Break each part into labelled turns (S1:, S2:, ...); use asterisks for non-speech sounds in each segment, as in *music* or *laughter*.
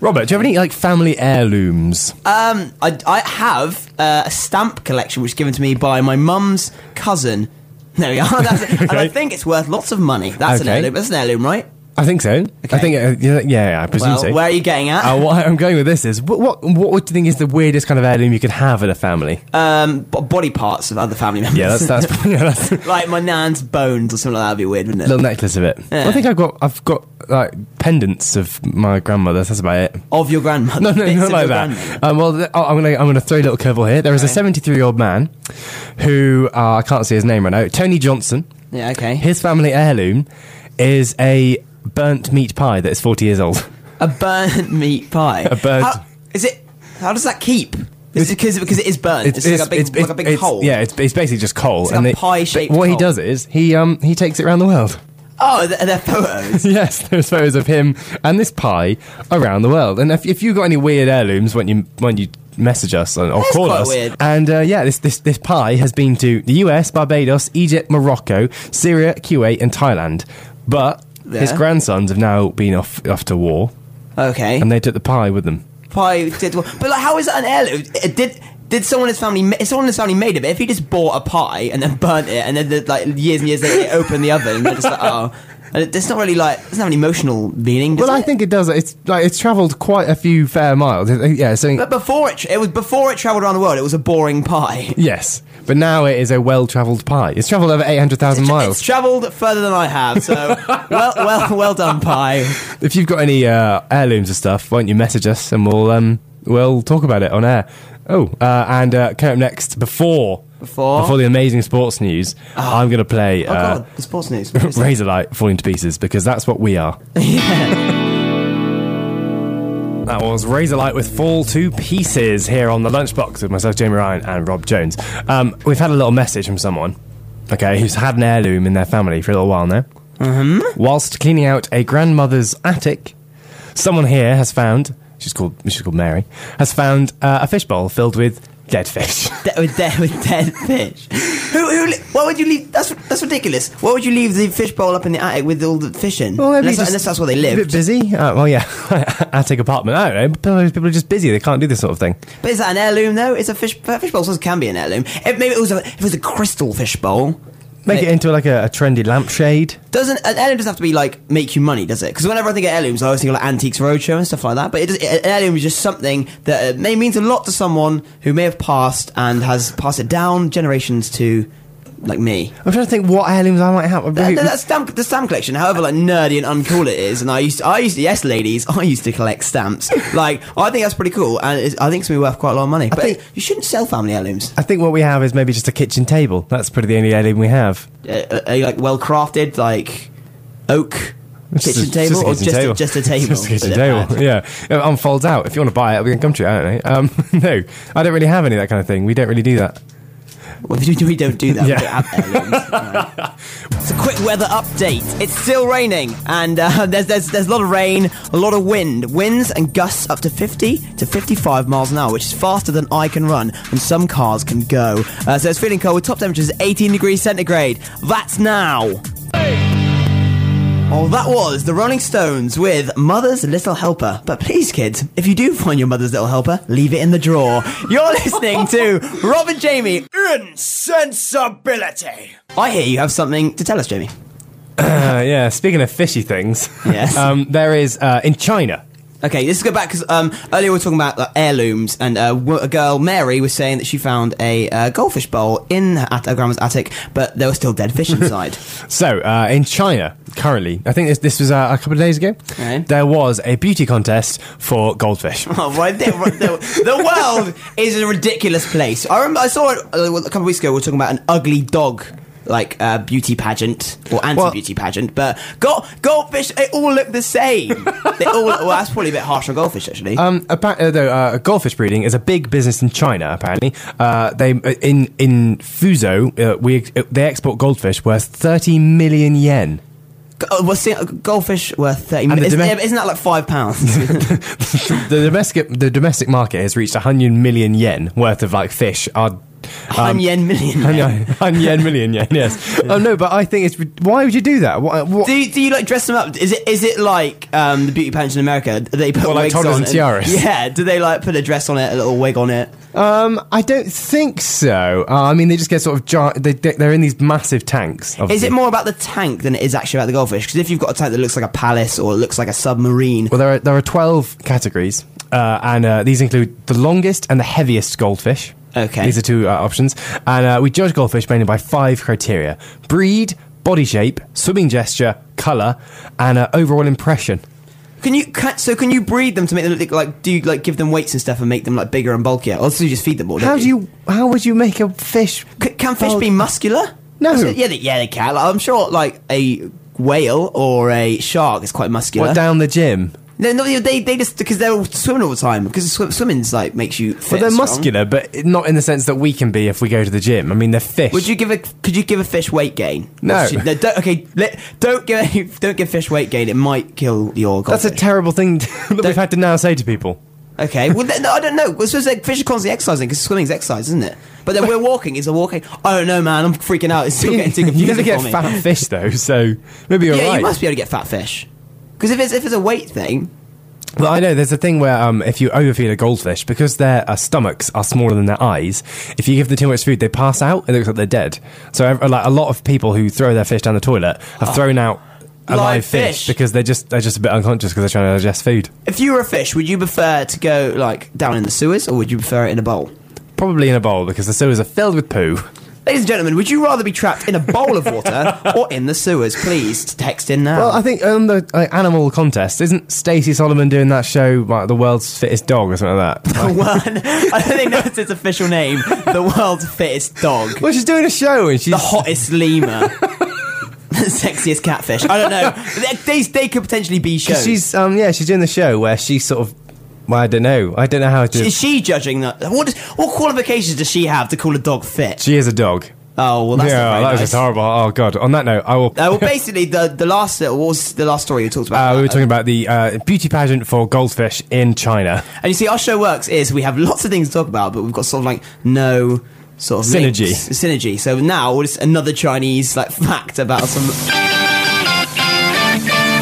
S1: Robert, do you have any like family heirlooms?
S2: Um, I, I have uh, a stamp collection which is given to me by my mum's cousin. There we are. *laughs* That's it. And I
S1: Okay.
S2: think it's worth lots of money. That's
S1: Okay.
S2: an heirloom. That's an heirloom, right?
S1: I think so. I think uh, yeah, yeah, I presume
S2: Well,
S1: so.
S2: where are you getting at?
S1: Uh, what I'm going with this is what, what what do you think is the weirdest kind of heirloom you could have in a family?
S2: Um, b- body parts of other family members.
S1: yeah, that's that's, yeah, that's a
S2: *laughs* like my nan's bones or something like that would be weird, wouldn't it?
S1: little necklace of it. I think I've got I've got like pendants of my grandmother. That's about it. *laughs*
S2: Of your grandmother.
S1: No, no,
S2: *laughs* Bits
S1: not
S2: of
S1: like
S2: your
S1: that.
S2: grandmother.
S1: Um, well, th- oh, I'm gonna I'm gonna throw a little curveball here. There is a 73 year old man who uh, I can't see his name right now. Tony Johnson.
S2: Yeah, okay.
S1: His family heirloom is a burnt meat pie that is 40 years old. *laughs*
S2: A burnt meat pie. A
S1: burnt-
S2: How, is it? How does that keep? Is it because because it is burnt? It's, just like a big, like a big
S1: it's-
S2: hole.
S1: Yeah, it's, it's basically just coal.
S2: like a pie-shaped
S1: but What he
S2: coal.
S1: does is he um he takes it around the world. *laughs*
S2: Oh, they're, they're photos.
S1: yes, there's photos of him and this pie around the world. And if, if you got any weird heirlooms, when you when you message us or, or
S2: That's
S1: call
S2: quite
S1: us,
S2: weird.
S1: and uh, yeah, this, this this pie has been to the U.S., Barbados, Egypt, Morocco, Syria, Kuwait, and Thailand. But his
S2: Yeah.
S1: grandsons have now been off off to war,
S2: okay.
S1: and they took the pie with them.
S2: pie did well. But like, how is that an heirloom? It did did someone in his family? ma- Someone in his family made it. But if he just bought a pie and then burnt it, and then the, like years and years later, it opened the oven, and they're just like, oh, and it, it's not really like it doesn't have any emotional meaning. Does
S1: Well, I
S2: it?
S1: think it does. It's like it's travelled quite a few fair miles. It- Yeah, so
S2: But before it, tra- it was before it travelled around the world. It was a boring pie.
S1: yes, but now it is a well-travelled pie. It's travelled over eight hundred thousand
S2: It's
S1: *laughs* miles.
S2: travelled further than I have. So
S1: *laughs*
S2: well, well, well done, pie.
S1: If you've got any uh, heirlooms and stuff, why don't you message us and we'll um, we'll talk about it on air. Oh, uh, and uh, coming up next, before
S2: Before?
S1: the amazing sports news, I'm going to play
S2: Oh
S1: uh,
S2: god, the
S1: *laughs*
S2: sports news. What is *laughs* that?
S1: Razorlight falling to pieces because that's what we are. That was Razorlight with Fall to Pieces here on the Lunchbox with myself, Jamie Ryan, and Rob Jones. Um, we've had a little message from someone, okay, who's had an heirloom in their family for a little while now. Mm-hmm. Whilst cleaning out a grandmother's attic, someone here has found she's called she's called Mary has found uh, a fishbowl filled with dead
S2: *laughs*
S1: fish.
S2: De- with, dead, with dead fish. Who? Who? Li- why would you leave? That's that's ridiculous. Why would you leave the fish bowl up in the attic with all the fish in?
S1: Well, maybe
S2: unless,
S1: just
S2: unless that's where they
S1: A bit
S2: live.
S1: busy. Uh, well, yeah, *laughs* attic apartment. I don't know. People- People are just busy. They can't do this sort of thing.
S2: But is that an heirloom though? It's a fish. Fish bowls can be an heirloom. If maybe it was a if it was a crystal fish bowl.
S1: Make it into like a, a trendy lampshade.
S2: Doesn't an heirloom doesn't have to be like make you money, does it? Because whenever I think of heirlooms, I always think of like antiques roadshow and stuff like that. But it does, an heirloom is just something that uh, may means a lot to someone who may have passed and has passed it down generations to, like me.
S1: I'm trying to think what heirlooms I might have.
S2: That, that, that stamp, the stamp collection, however like nerdy and uncool it is, and I used, to, I used, to, yes, ladies, I used to collect *laughs* stamps. Like, I think that's pretty cool, and it's, I think it's gonna be worth quite a lot of money. But
S1: think-
S2: you shouldn't sell family heirlooms.
S1: I think what we have is maybe just a kitchen table. That's pretty the only heirloom we have.
S2: Uh, are you like well crafted, like oak
S1: It's
S2: kitchen
S1: just a-
S2: table, or
S1: kitchen
S2: just A, *laughs* just a
S1: *laughs*
S2: table?
S1: Just a kitchen
S2: with a
S1: table.
S2: pad?
S1: Yeah, it unfolds out. If you want to buy it, we can come to you. I don't know. Um, *laughs* no, I don't really have any of that kind of thing. We don't really do that.
S2: Well, *laughs* we do- we don't do that.
S1: Yeah.
S2: We don't have heirlooms. No. It's a quick weather update. It's still raining, and uh, *laughs* there's, there's there's a lot of rain, a lot of wind, winds and gusts up to 50 to 55 miles an hour, which is faster than I can run, and some cars can go. Uh, so it's feeling cold. With top temperatures 18 degrees centigrade. That's now. Oh, that was the Rolling Stones with Mother's Little Helper. But please, kids, if you do find your mother's little helper, leave it in the drawer. You're listening to Rob and Jamie.
S3: Insensibility.
S2: I hear you have something to tell us, Jamie.
S1: Uh, yeah. Speaking of fishy things,
S2: Yes.
S1: um, there is uh, in China.
S2: Okay, let's go back because um, earlier we were talking about uh, heirlooms, and uh, wo- a girl, Mary, was saying that she found a uh, goldfish bowl in her, at her grandma's attic, but there were still dead fish inside.
S1: So, uh, in China, currently, I think this, this was uh, a couple of days ago,
S2: Right.
S1: there was a beauty contest for goldfish.
S2: *laughs* oh, right there, right there. The world is a ridiculous place. I remember I saw it uh, a couple of weeks ago. We were talking about an ugly dog. Like uh, beauty pageant or anti-beauty pageant, but gold, goldfish they all look the same. they all well, that's probably a bit harsh on goldfish actually.
S1: Um, appa- uh, though, uh, goldfish breeding is a big business in China. Apparently, uh, they in in Fuzhou, uh, we uh, they export goldfish worth thirty million yen.
S2: G- uh, well, see, uh, goldfish worth thirty.
S1: And the
S2: Isn't,
S1: domestic-
S2: isn't that like five pounds?
S1: the domestic the domestic market has reached hundred million yen worth of like fish are
S2: Hun yen million.
S1: Um, hun
S2: yen.
S1: yen, hun yen million yen, yes. Oh no, but I think it's. rid- Why would you do that? What, what,
S2: Do you, do you like dress them up? Is it is it like um, the beauty pageant in America? Do They put
S1: Well, like
S2: wigs
S1: toddlers
S2: on
S1: and tiaras.
S2: yeah, do they like put a dress on it, a little wig on it?
S1: um, I don't think so. Uh, I mean, they just get sort of. Jar- they, they're in these massive tanks.
S2: Is
S1: obviously.
S2: it more about the tank than it is actually about the goldfish? Because if you've got a tank that looks like a palace or looks like a submarine,
S1: Well, there are there are twelve categories, uh, and uh, these include the longest and the heaviest goldfish.
S2: Okay.
S1: these are two uh, options, and uh, we judge goldfish mainly by five criteria: breed, body shape, swimming gesture, color, and uh, overall impression.
S2: can you can, so can you breed them to make them look like do you like give them weights and stuff and make them like bigger and bulkier? Or also you just feed them all? don't
S1: How do you? How would you make a fish?
S2: C- can fish
S1: Well-
S2: be muscular?
S1: No.
S2: That's it. Yeah, they, yeah, they can. Like, I'm sure, like a whale or a shark is quite muscular.
S1: What down the gym?
S2: no, no, they they just because they're all swimming all the time because sw- swimming's like makes you.
S1: But
S2: Fit
S1: they're
S2: and strong.
S1: muscular, but not in the sense that we can be if we go to the gym. I mean, they're fish.
S2: Would you give a? Could you give a fish weight gain?
S1: No.
S2: no don't, okay, let, don't give *laughs* don't give fish weight gain. It might kill your.
S1: That's a
S2: goldfish.
S1: terrible thing *laughs* that we've had to now say to people.
S2: okay. Well, then, no, I don't know. Well, so like fish are constantly exercising because swimming's exercise, isn't it? But then we're walking. Is a walking? I don't know, man. I'm freaking out. It's still
S1: *laughs*
S2: getting too confusing
S1: you never get
S2: for me.
S1: fat fish though, so maybe you're
S2: yeah,
S1: right.
S2: you must be able to get fat fish. Because if it's if it's a weight thing,
S1: Well, I know there's a thing where um, if you overfeed a goldfish, because their uh, stomachs are smaller than their eyes, if you give them too much food, they pass out. It looks like they're dead. So, ev- uh, like a lot of people who throw their fish down the toilet have thrown out a
S2: Live
S1: Ah. live, fish,
S2: fish.
S1: because they're just they're just a bit unconscious because they're trying to digest food.
S2: if you were a fish, would you prefer to go like down in the sewers or would you prefer it in a bowl?
S1: Probably in a bowl because the sewers are filled with poo.
S2: Ladies and gentlemen, would you rather be trapped in a bowl
S1: *laughs*
S2: of water or in the sewers? Please text in now.
S1: Well, I think on the like, animal contest, isn't Stacey Solomon doing that show like the world's fittest dog or something like that?
S2: *laughs* the one. I don't think that's its official name. The world's fittest dog.
S1: well, she's doing a show and she's
S2: The hottest lemur. the sexiest catfish. I don't know. They, they, they could potentially be shows.
S1: she's um yeah she's doing the show where she sort of well I don't know I don't know how to
S2: is she judging that? What, does, what qualifications does she have to call a dog fit?
S1: she is a dog.
S2: Oh well, that's
S1: yeah,
S2: not very
S1: that was
S2: nice.
S1: just horrible. Oh god. On that note, I will.
S2: Uh, well, basically, the the last little, what was the last story you talked about?
S1: Uh, we were talking about the uh, beauty pageant for goldfish in China.
S2: and you see, our show works is we have lots of things to talk about, but we've got sort of like no sort of
S1: Synergy.
S2: links. synergy. So now it's another Chinese like fact about some.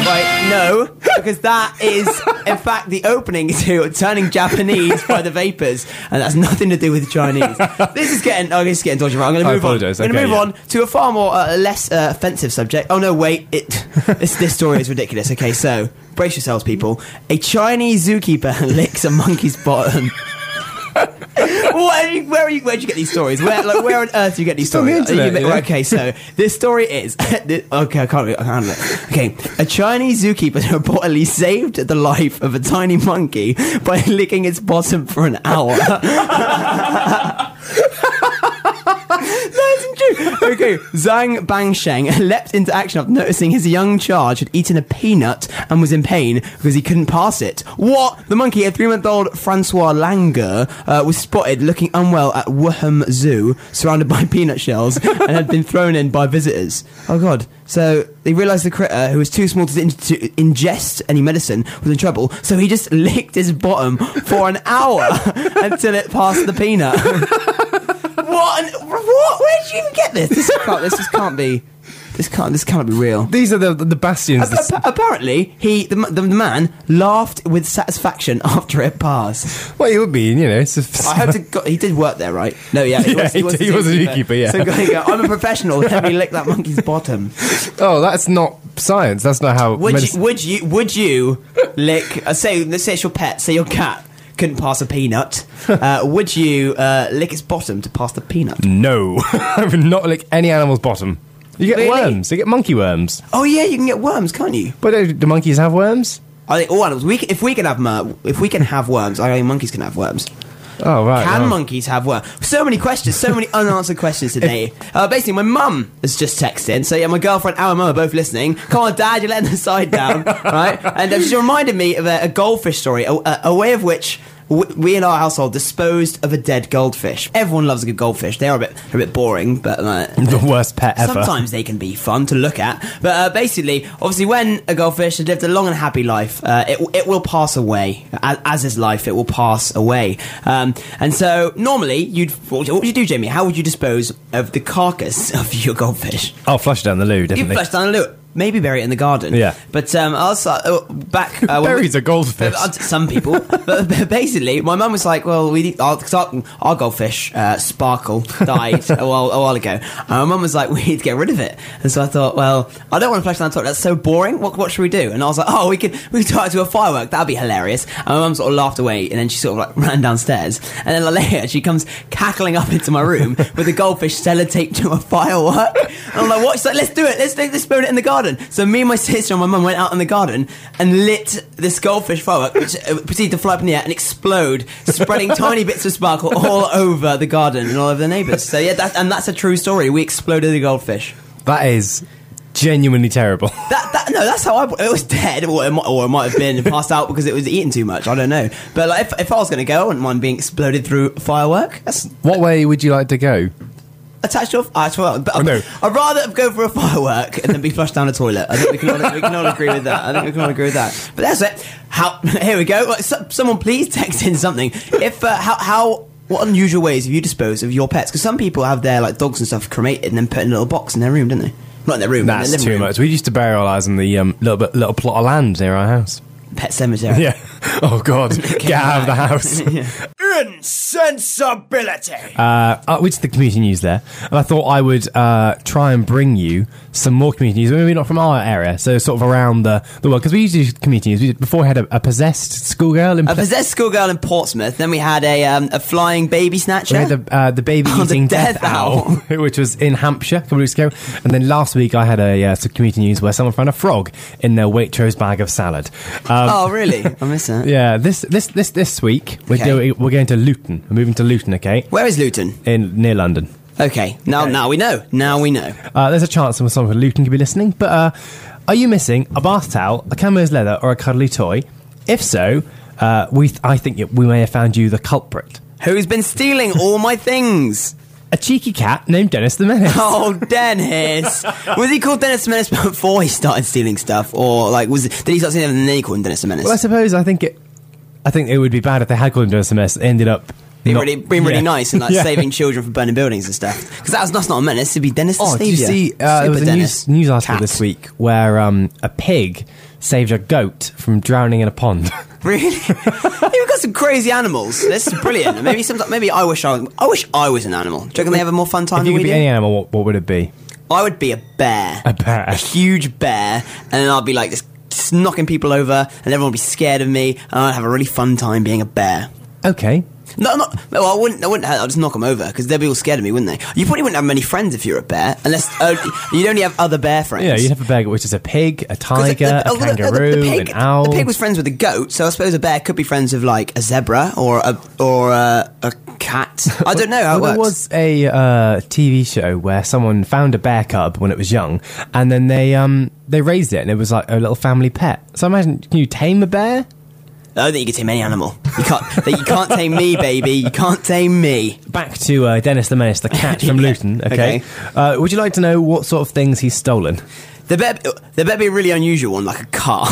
S2: Right, no, because that is in fact the opening to turning Japanese by the vapors, and that's nothing to do with Chinese. This is getting oh, this is getting dodgy. Right, I'm going to
S1: I
S2: move on. I'm going
S1: apologise.
S2: to
S1: Okay,
S2: move
S1: yeah.
S2: on to a far more uh, less uh, offensive subject. Oh no, wait! It this this story is ridiculous. Okay, so brace yourselves, people. A Chinese zookeeper *laughs* licks a monkey's bottom. What are you- where are you? Where'd you get these stories? Where, like, where on earth do you get these
S1: on the
S2: stories? Are you-
S1: internet, you know?
S2: Okay, so this story is *laughs* okay. I can't. re- I can't handle it. Okay, a Chinese zookeeper *laughs* reportedly saved the life of a tiny monkey by *laughs* licking its bottom for an hour. okay, Zhang Bangsheng *laughs* leapt into action after noticing his young charge had eaten a peanut and was in pain because he couldn't pass it. What? The monkey, a three-month-old Francois Langer, uh, was spotted looking unwell at Wuhan Zoo, surrounded by *laughs* peanut shells, and had been thrown in by visitors. Oh God! So they realised the critter, who was too small to, in- to ingest any medicine, was in trouble. So he just *laughs* licked his bottom for an hour *laughs* until it passed the peanut. *laughs* What? An, what? Where did you even get this? This can't. This just can't be. This can't. This cannot be real.
S1: These are the the bastions. This-
S2: Appa- apparently, he the, m- the man laughed with satisfaction *laughs* after it passed.
S1: well, it would be you know. It's a,
S2: I hope to God, he did work there, right? No, yeah,
S1: *laughs* Yeah, he did- he was a zookeeper, yeah.
S2: So go, go, I'm a professional. Let me lick that monkey's bottom.
S1: *laughs* oh, that's not science. That's not how.
S2: Would
S1: medicine-
S2: you? Would you? Would you lick? Uh, say, let's say it's your pet. Say your cat couldn't pass a peanut. Uh, would you uh, lick its bottom to pass the peanut?
S1: No, *laughs* I would not lick any animal's bottom. You get
S2: Really?
S1: worms. You get monkey worms.
S2: Oh yeah, you can get worms, can't you?
S1: But do, do monkeys have worms?
S2: I think all animals. We, c- if we can have mer- if we can have worms, I think monkeys can have worms.
S1: Oh right.
S2: Can
S1: right.
S2: monkeys have worms? So many questions, so many unanswered questions today. Uh, basically, my mum has just texted in. So yeah, my girlfriend and my mum are both listening. Come on, Dad, you're letting the side down, right? And uh, she reminded me of a, a goldfish story, a, a, a way of which w- we in our household disposed of a dead goldfish. Everyone loves a good goldfish. They are a bit a bit boring, but uh,
S1: The worst pet ever.
S2: Sometimes they can be fun to look at, but uh, basically, obviously, when a goldfish has lived a long and happy life, uh, it it will pass away. As, as is life, it will pass away. Um, and so, normally, you'd what would you do, Jamie? How would you dispose of the carcass *laughs* of your goldfish?
S1: I'll flush it down the loo,
S2: You
S1: definitely.
S2: flush down the loo. Maybe bury it in the garden.
S1: Yeah.
S2: But um, I was uh, oh, back. Uh, when we-
S1: Buries a goldfish.
S2: uh, Some people, but but basically, my mum was like, "Well, we need, our, 'cause our, our goldfish uh, Sparkle died a while a while ago." And my mum was like, "We need to get rid of it." And so I thought, "Well, I don't want to flush down the toilet. That's so boring. What what should we do?" And I was like, "Oh, we could we could tie it to a firework. That'd be hilarious." And my mum sort of laughed away, and then she sort of like *laughs* ran downstairs. And then like, *laughs* later, she comes cackling up into my room with a goldfish sellotaped to a firework. And I'm like, "What?" She's like, "Let's do it. Let's let's burn it in the garden." So me and my sister and my mum went out in the garden and lit this goldfish firework, which uh, proceeded to fly up in the air and explode, spreading tiny bits of sparkle all over the garden and all over the neighbours. So yeah, that, and that's a true story. We exploded a goldfish.
S1: that is genuinely
S2: *laughs*
S1: terrible.
S2: That, that no, that's how I. It was dead, or it, might, or it might have been passed out because it was eating too much. I don't know. But like, if, if I was going to go, I wouldn't mind being exploded through a firework. That's
S3: What way would you like to go?
S2: attached to a uh, toilet. But
S1: Oh, no.
S2: I'd rather go for a firework than be flushed down a toilet. I think we can all, we can all agree with that. I think we can all agree with that. But that's it. How *laughs* here we go. Like, so, someone please text in something. If uh, how how. What unusual ways have you disposed of your pets? Because some people have their like dogs and stuff cremated and then put in a little box in their room, don't they? Not in their room. but in
S1: That's
S2: their living
S1: too
S2: room.
S1: much. We used to bury all ours in the um, little bit, little plot of land near our house.
S2: Pet cemetery.
S1: *laughs* Yeah. Oh God. *laughs* Get out of the *laughs* house.
S4: Insensibility!
S1: Uh, uh, we did the community news there, and I thought I would uh, try and bring you some more community news. Maybe not from our area, so sort of around the, the world because we used to do community news. We did, before we had a, a possessed schoolgirl in
S2: A possessed schoolgirl in Portsmouth. Then we had a um, a flying baby snatcher.
S1: We had the, uh, the baby
S2: *laughs* Oh, the
S1: eating death,
S2: death
S1: owl, *laughs* which was in Hampshire a couple of weeks ago. And then last week I had a uh, some community news where someone found a frog in their Waitrose bag of salad. Um,
S2: oh really? I miss that.
S1: *laughs* Yeah, this this this this week we're
S2: Okay.
S1: doing, we're going to Luton. We're moving to Luton, okay,
S2: Where is Luton?
S1: in near London.
S2: Okay. Now now we know. Now we know.
S1: Uh, there's a chance someone from Luton could be listening. But uh, are you missing a bath towel, a camel's leather, or a cuddly toy? If so, uh, we th- I think it, we may have found you the culprit.
S2: Who's been stealing all my things? *laughs*
S1: A cheeky cat named Dennis the Menace.
S2: Oh, Dennis! Was he called Dennis the Menace before he started stealing stuff, or like was did he start stealing and then he called him Dennis the Menace?
S1: Well, I suppose I think it. I think it would be bad if they had called him Dennis the Menace. and Ended up
S2: being
S1: not-
S2: really, being really
S1: yeah.
S2: nice and
S1: *laughs*
S2: like
S1: Yeah.
S2: saving children from burning buildings and stuff. Because that's, that's not a menace. It'd be Dennis the
S1: Oh, did you
S2: Savior.
S1: see? Uh, there was
S2: Super
S1: a
S2: Dennis.
S1: news, news article
S2: Cat.
S1: this week where um, a pig saved a goat from drowning in a pond.
S2: *laughs*
S1: *laughs*
S2: Really? *laughs* You've got some crazy animals. This is brilliant. Maybe sometimes, maybe I wish I was, I wish I was an animal. Do you reckon they have a more fun time
S1: if you
S2: than
S1: could
S2: we
S1: be
S2: do?
S1: any animal, what, what would it be?
S2: I would be a bear.
S1: A bear.
S2: A huge bear. And then I'd be like just, just knocking people over and everyone would be scared of me and I'd have a really fun time being a bear.
S1: Okay.
S2: No, I'm not. Well, I wouldn't. I wouldn't. I'd just knock them over because they'd be all scared of me, wouldn't they? You probably wouldn't have many friends if you're a bear, unless uh, you'd only have other bear friends.
S1: Yeah, you'd have a bear, which is a pig, a
S2: 'Cause the-
S1: tiger,
S2: the-
S1: a
S2: oh, the- the- the
S1: kangaroo,
S2: pig-
S1: an owl.
S2: The pig was friends with a goat, so I suppose a bear could be friends with like a zebra or a or a, a cat. I
S1: *laughs*
S2: don't know how it
S1: Well,
S2: works.
S1: there was a uh, TV show where someone found a bear cub when it was young, and then they um they raised it, and it was like a little family pet. So imagine, can you tame a bear?
S2: I don't think you can tame any animal. You can't. that you can't tame me, baby. You can't tame me.
S1: Back to uh, Dennis the Menace, the cat from
S2: *laughs* Yeah.
S1: Luton. Okay,
S2: Okay.
S1: Uh, would you like to know what sort of things he's
S2: *laughs*
S1: stolen?
S2: There better, there better be a really unusual one, like a car.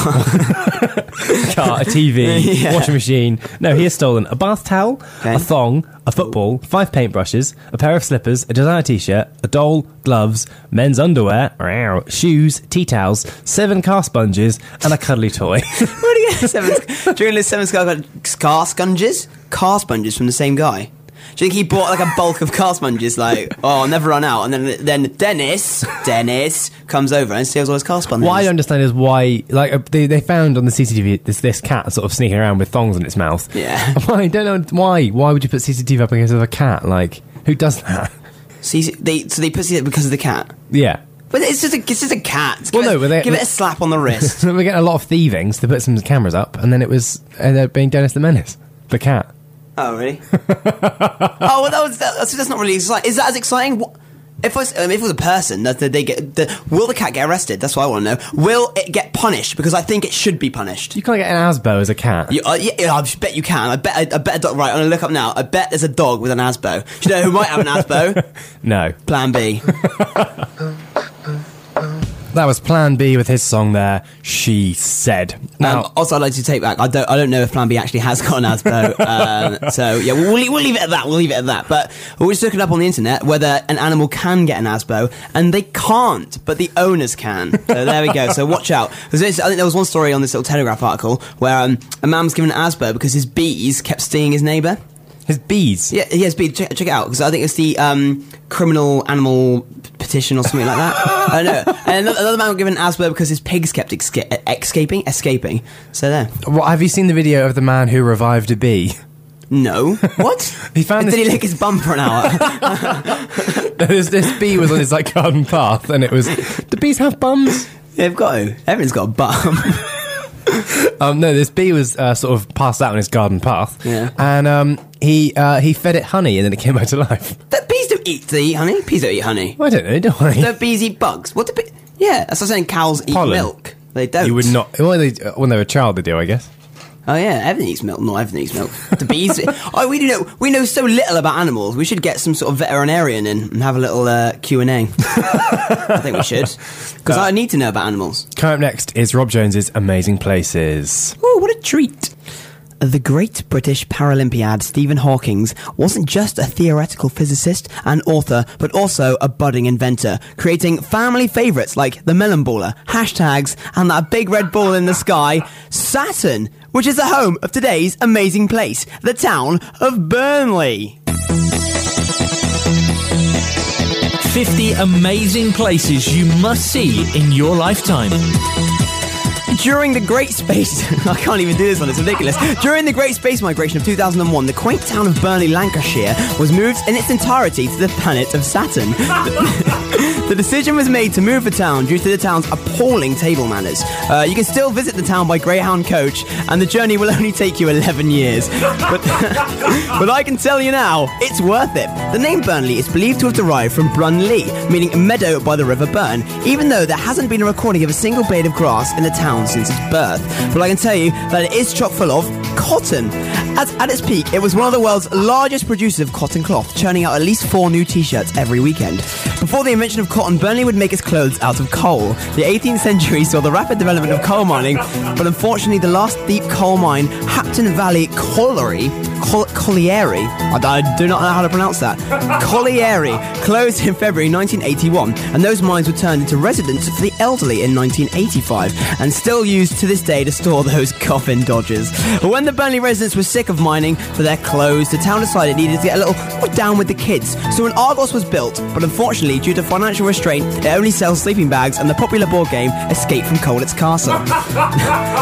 S2: *laughs*
S1: car, a TV,
S2: Yeah.
S1: washing machine. No, he has stolen a bath towel,
S2: Okay.
S1: a thong, a football, five paintbrushes, a pair of slippers, a designer t-shirt, a doll, gloves, men's underwear, *laughs* meow, shoes, tea towels, seven car sponges, and a cuddly toy. *laughs*
S2: Where do you get seven? During the seven scar, car sponges, car sponges from the same guy. Do you think he bought like a bulk of car sponges? Like, oh, I'll never run out. And then, then Dennis, Dennis comes over and steals all his car sponges.
S1: what I don't understand is why, like, uh, they, they found on the CCTV this this cat sort of sneaking around with thongs in its mouth.
S2: Yeah.
S1: *laughs* Why? I don't know why. Why would you put CCTV up against a cat? Like, who does that? *laughs*
S2: So, he's- they, so they pussy it because of the cat.
S1: Yeah.
S2: But it's just a, it's just a cat. Give,
S1: Well,
S2: it,
S1: no, but they-
S2: give it a slap on the wrist.
S1: So we're getting a lot of thieving. So they put some cameras up, and then it was ended up being Dennis the Menace, the cat.
S2: *laughs* oh, really? oh, well, that was, that, that's, that's not really exciting. Is that as exciting? What? If I, s- um, if it was a person, that that they get, the, will the cat get arrested? That's what I want to know. Will it get punished? Because I think it should be punished.
S1: You can't get an Asbo as a cat.
S2: You, uh, yeah, yeah, I bet you can. I bet. I, I bet a dog. Right, I'm gonna look up now. I bet there's a dog with an asbo. Do you know who might have an asbo?
S1: no.
S2: Plan B.
S1: That was Plan B with his song there, She Said. Now,
S2: Um, also, I'd like to take back. I don't. I don't know if Plan B actually has got an Asbo. um, so yeah, we'll, we'll, we'll leave it at that. We'll leave it at that. But we're just looking up on the internet whether an animal can get an Asbo, and they can't, but the owners can. So there we go. So watch out. There's this- I think there was one story on this little Telegraph article where um, a man was given an Asbo because his bees kept stinging his neighbour.
S1: his bees.
S2: Yeah, yes, but check, check it out because I think it's the um, criminal animal petition or something like that. I know. And another, another man was given an Asperger because his pigs kept exca- escaping, escaping. So there.
S1: Well, have you seen the video of the man who revived a bee? *laughs*
S2: No. What?
S1: He found
S2: Did
S1: this-
S2: he lick his bum for
S1: *laughs*
S2: an hour?
S1: this, this bee was on his like garden path, and it was. Do bees have bums?
S2: They've got to. Everyone's got a bum. *laughs*
S1: Um, no, this bee was uh, sort of passed out on his garden path,
S2: Yeah.
S1: and um, he uh, he fed it honey, and then it came back to life.
S2: that bees don't eat. Do they eat honey? Bees don't eat honey.
S1: I don't know, do I?
S2: Don't bees eat bugs? What do bees? Yeah, that's what I'm saying. Cows eat
S1: Pollen.
S2: milk. They don't.
S1: You would not. Well, they, uh, when they were a child, they do, I guess.
S2: Oh yeah, everything eats milk. Not everything eats milk.
S1: *laughs*
S2: The bees. oh, we do know. We know so little about animals. We should get some sort of veterinarian in and have a little uh, Q and A. *laughs* I think we should
S1: Uh,
S2: because I need to know about animals.
S1: Coming up next is Rob Jones's Amazing Places.
S2: Oh, what a treat! The great British Paralympiad Stephen Hawking wasn't just a theoretical physicist and author, but also a budding inventor, creating family favourites like the melon baller, hashtags, and that big red ball in the sky, Saturn, which is the home of today's amazing place, the town of Burnley.
S4: 50 amazing places you must see in your lifetime.
S2: During the Great Space, *laughs* I can't even do this one. It's ridiculous. During the Great Space Migration of 2001, the quaint town of Burnley, Lancashire, was moved in its entirety to the planet of Saturn. the decision was made to move the town due to the town's appalling table manners. Uh, you can still visit the town by Greyhound coach, and the journey will only take you 11 years. But, *laughs* but I can tell you now, it's worth it. The name Burnley is believed to have derived from Brunley, meaning a meadow by the River Burn, even though there hasn't been a recording of a single blade of grass in the town since its birth. But I can tell you that it is chock full of cotton. At, at its peak, it was one of the world's largest producers of cotton cloth, churning out at least four new t shirts every weekend. Before the invention of cotton, Burnley would make its clothes out of coal. The 18th century saw the rapid development of coal mining, but unfortunately, the last deep coal mine, Hapton Valley Colliery, Col- Colliery, I, I do not know how to pronounce that, Colliery, closed in February 1981, and those mines were turned into residence for the elderly in 1985, and still used to this day to store those *laughs* coffin dodgers. But when the Burnley residents were sick of mining for their clothes, the town decided it needed to get a little more down with the kids. So an Argos was built, but unfortunately, due to financial restraint, it only sells sleeping bags and the popular board game Escape from Collett's Castle.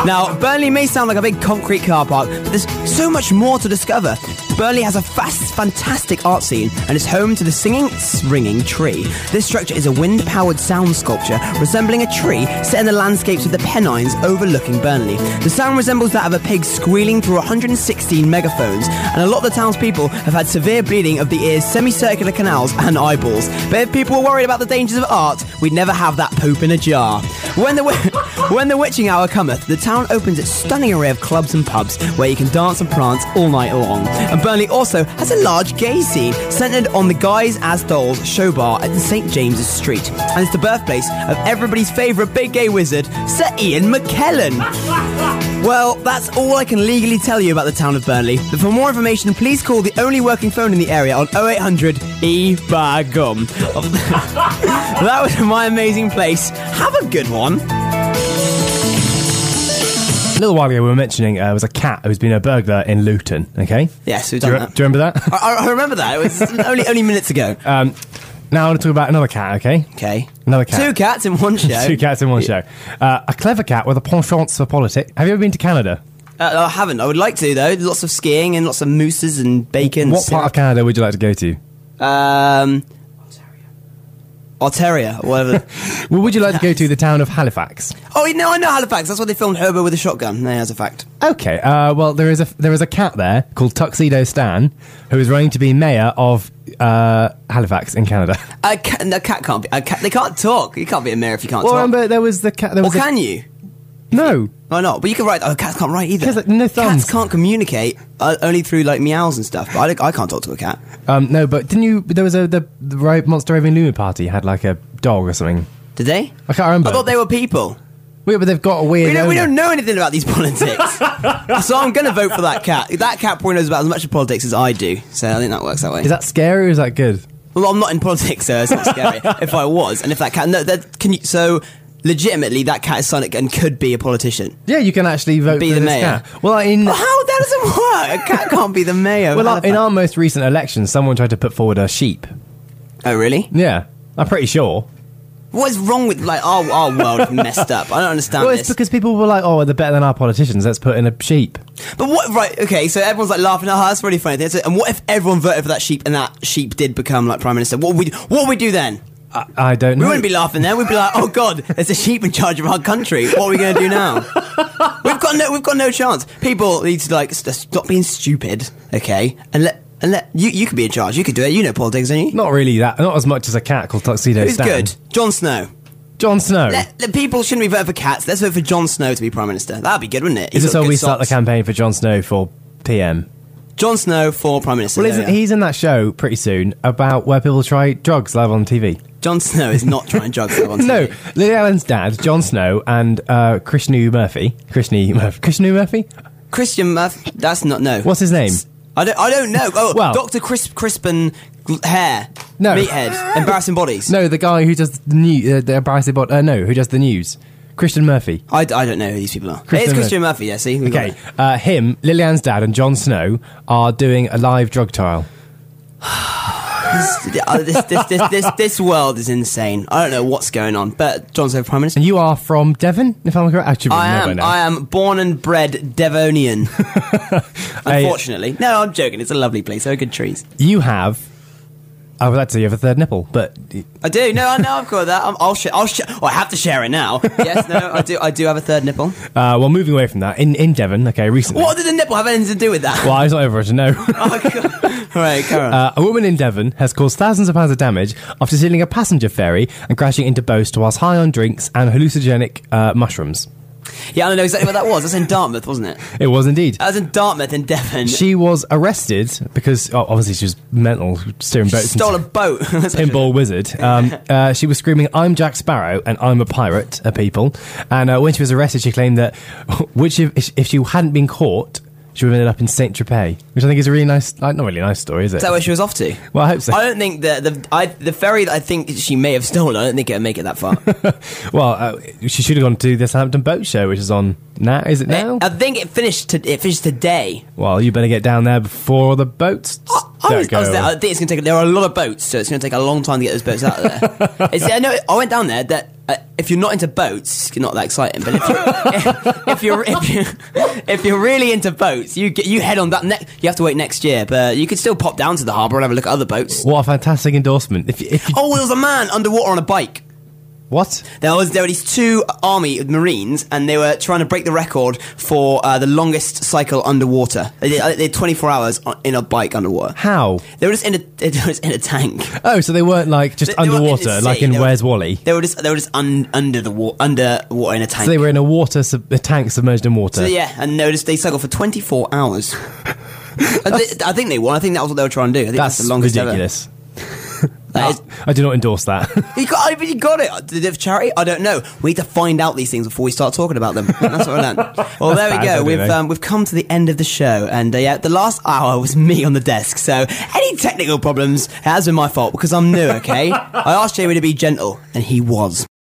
S2: Now, Burnley may sound like a big concrete car park, but there's so much more to discover. Burnley has a fast, fantastic art scene and is home to the Singing Ringing Tree. This structure is a wind powered sound sculpture resembling a tree set in the landscapes of the Pennines overlooking Burnley. The sound resembles that of a pig squealing through 116 megaphones, and a lot of the townspeople have had severe bleeding of the ears, semicircular canals, and eyeballs. But if people were worried about the dangers of art, we'd never have that poop in a jar. When the wi- *laughs* when the witching hour cometh, the town opens its stunning array of clubs and pubs where you can dance and prance all night long. And Burnley also has a large gay scene centered on the Guys as Dolls show bar at St James's Street, and it's the birthplace of everybody's favourite big gay wizard, Sir Ian McKellen. Well, that's all I can legally tell you about the town of Burnley. But for more information, please call the only working phone in the area on 0800 E Bar Gum. *laughs* that was my amazing place. Have a good one.
S1: A little while ago, we were mentioning uh, it was a cat who's been a burglar in Luton. Okay,
S2: Yes, we've
S1: do
S2: done
S1: you,
S2: that.
S1: do you remember
S2: *laughs*
S1: that?
S2: I, I remember that. It was *laughs* only only minutes ago.
S1: Um, now I want to talk about another cat. Okay,
S2: Okay.
S1: another cat.
S2: Two cats
S1: *laughs*
S2: in one show.
S1: Two cats in one show. Uh, a clever cat with a penchant for politics. Have you ever been to Canada?
S2: Uh, I haven't. I would like to though. Lots of skiing and lots of mooses and bacon.
S1: What part of Canada would you like to go to?
S2: Um, Arteria,
S1: *laughs*
S2: or whatever.
S1: Well, would you like to go to the town of Halifax?
S2: oh, no, I know Halifax. That's where they filmed Herbo with a shotgun. Yeah, that's a fact.
S1: Okay. Uh, well, there is a there is a cat there called Tuxedo Stan who is running to be mayor of uh, Halifax in
S2: *laughs*
S1: Canada.
S2: A cat, no, cat can't be. A cat, they can't talk. You can't be a mayor if you can't
S1: Well,
S2: talk.
S1: remember there was the cat. There
S2: Or
S1: was a-
S2: can you?
S1: no.
S2: Why not? But you can write. Oh, cats can't write either.
S1: 'Cause, like, no thumbs.
S2: Cats can't communicate uh, only through like meows and stuff. But I, don't- I can't talk to a cat.
S1: Um, no, but didn't you? There was a the, the Ro- Monster Raving Luna party had like a dog or something.
S2: Did they?
S1: I can't remember.
S2: I thought Oh, they were people.
S1: Wait, but they've got a weird.
S2: We don't, we
S1: owner.
S2: don't know anything about these *laughs* politics. so I'm going to vote for that cat. That cat probably knows about as much of politics as I do. So I think that works that way.
S1: Is that scary or is that good?
S2: well, I'm not in politics, so it's
S1: *laughs*
S2: not scary. if I was, and if that cat, no, that can you, so legitimately that cat is Sonic and could be a politician.
S1: Yeah, you can actually vote
S2: Be
S1: for
S2: the
S1: this
S2: mayor. Oh,
S1: cat. Well, in
S2: Well, how that doesn't work? A
S1: *laughs*
S2: cat can't be the mayor. of
S1: well uh, in
S2: Halifax.
S1: our most recent election, someone tried to put forward a sheep.
S2: oh really?
S1: Yeah, I'm pretty sure.
S2: What's wrong with like our our world is messed up? I don't understand
S1: Well,
S2: this.
S1: it's because people were like, "Oh, they're better than our politicians. Let's put in a sheep."
S2: But what? Right? Okay. So everyone's like laughing. Oh, that's really funny. That's it. And what if everyone voted for that sheep and that sheep did become like prime minister? What would we what would we do then?
S1: I, I don't.
S2: We
S1: know.
S2: wouldn't be laughing then. We'd be like, "Oh God, there's a sheep in charge of our country. What are we going to
S1: *laughs*
S2: do now? we've got no, we've got no chance." People need to like st- stop being stupid, okay? And let and let you you could be in charge. You could do it. You know politics, don't you?
S1: Not really that. Not as much as a cat called Tuxedo
S2: Who's
S1: Stan.
S2: good? Jon Snow.
S1: Jon Snow.
S2: Let, let- people shouldn't be voting for cats. Let's vote for Jon Snow to be prime minister. That'd be good, wouldn't it?
S1: Is
S2: He's
S1: this
S2: got
S1: how
S2: good
S1: we start the
S2: socks.
S1: campaign for Jon Snow for PM?
S2: Jon Snow for prime minister.
S1: Well,
S2: There we
S1: isn't,
S2: are.
S1: he's in that show pretty soon about where people try drugs live on TV.
S2: Jon Snow is not
S1: *laughs*
S2: trying drugs. I want to
S1: No,
S2: say.
S1: Lily Allen's dad, Jon Snow, and uh, Krishnu Murphy. Krishnu Murphy. Krishnu Murphy?
S2: Christian Murphy. That's not no.
S1: What's his name?
S2: I don't. I don't know. Oh,
S1: Well-
S2: Doctor Crisp Crispin Gl- hair.
S1: No. *gasps*
S2: Meathead. Embarrassing bodies.
S1: No, the guy who does the news. Uh, the embarrassing bot. Uh, no, who does the news? Christian Murphy.
S2: I, I don't know who these people are. it is
S1: Christian
S2: Christian Murphy. Yeah. See. we got
S1: Okay,
S2: it.
S1: uh, him, Lillian's dad, and Jon Snow are doing a live drug trial.
S2: This, uh, this, this, this, this, this world is insane. I don't know what's going on, but John Snow Prime Minister.
S1: And you are from Devon, if I'm correct. I should
S2: I
S1: know by
S2: am.
S1: now.
S2: I am born and bred *laughs* Devonian. Unfortunately, no, I'm joking. It's a lovely place. There are good trees.
S1: You have. oh, I would like to say you have a third nipple, but
S2: I do. No, I know. I've got that. I'm, I'll share. I'll share. Oh, I have to share it *laughs* now. Yes. No. I do. I do have a third nipple.
S1: uh, well, moving away from that, in, in Devon, okay, recently.
S2: What did the nipple have anything to do with that?
S1: Well, I was not over to know.
S2: *laughs*
S1: *laughs*
S2: Oh, God. right, Karen.
S1: Uh, a woman in Devon has caused thousands of pounds of damage after stealing a passenger ferry and crashing into boats whilst high on drinks and hallucinogenic uh, mushrooms.
S2: yeah, I don't know exactly what that was. That's in Dartmouth, wasn't it?
S1: It was indeed.
S2: That was in Dartmouth in Devon.
S1: She was arrested because oh, obviously she was mental, steering boats. and
S2: stole a boat. *laughs*
S1: pinball wizard. Um, uh, she was screaming, "I'm Jack Sparrow and I'm a pirate," at people. And uh, when she was arrested, she claimed that *laughs* which if, if she hadn't been caught, she would have ended up in Saint Tropez, which I think is a really nice, like, not really nice story, is it?
S2: Is that where she was off to?
S1: well, I hope so.
S2: I don't think that the I, the ferry that I think she may have stolen. I don't think it'll make it that *laughs* far.
S1: well, uh, she should have gone to the Southampton Boat Show, which is on now. Is it now?
S2: I think it finished. To, it finished today.
S1: well, you better get down there before the boats
S2: I,
S1: don't
S2: was,
S1: go.
S2: I, was there. I think it's going to take. There are a lot of boats, so it's going to take a long time to get those boats out of there. It's, I know. I went down there. That uh, if you're not into boats, you're not that exciting. But if you're *laughs* if, you're if you're if you're really into boats, you get, you head on that. Ne- you have to wait next year, but you could still pop down to the harbour and have a look at other boats.
S1: what a fantastic endorsement! If, you- if you,
S2: Oh, there was a man underwater on a bike.
S1: what?
S2: There was there were these two army marines, and they were trying to break the record for uh, the longest cycle underwater. They did, I think they did 24 hours on, in a bike underwater.
S1: How?
S2: They were just in a *laughs* they were just in a tank.
S1: Oh, so they weren't like just
S2: They- they were in the
S1: underwater, like
S2: sea.
S1: in
S2: They were-
S1: Where's Wally?
S2: They were just they were just un, under the water under water in a tank.
S1: So they were in a water, sub- a tank submerged in water.
S2: So, yeah, and they were just they cycled for 24
S1: *laughs*
S2: hours. I, thi- I think they won. I think that was what they were trying to do. I think that's,
S1: That's,
S2: the longest ever.
S1: ridiculous. Ah.
S2: That is-
S1: I do not endorse that. *laughs*
S2: you got, I mean, you got it. Did it for charity? I don't know. We need to find out these things before we start talking about them. *laughs* That's what
S1: *laughs*
S2: I learned. Well, there
S1: bad,
S2: we
S1: I
S2: go.
S1: don't
S2: We've
S1: know.
S2: um, we've come to the end of the show, and uh, yeah, the last hour was me on the desk. So
S1: *laughs*
S2: any technical problems it has been my fault because I'm new. Okay, I asked Jamie to be gentle, and he was.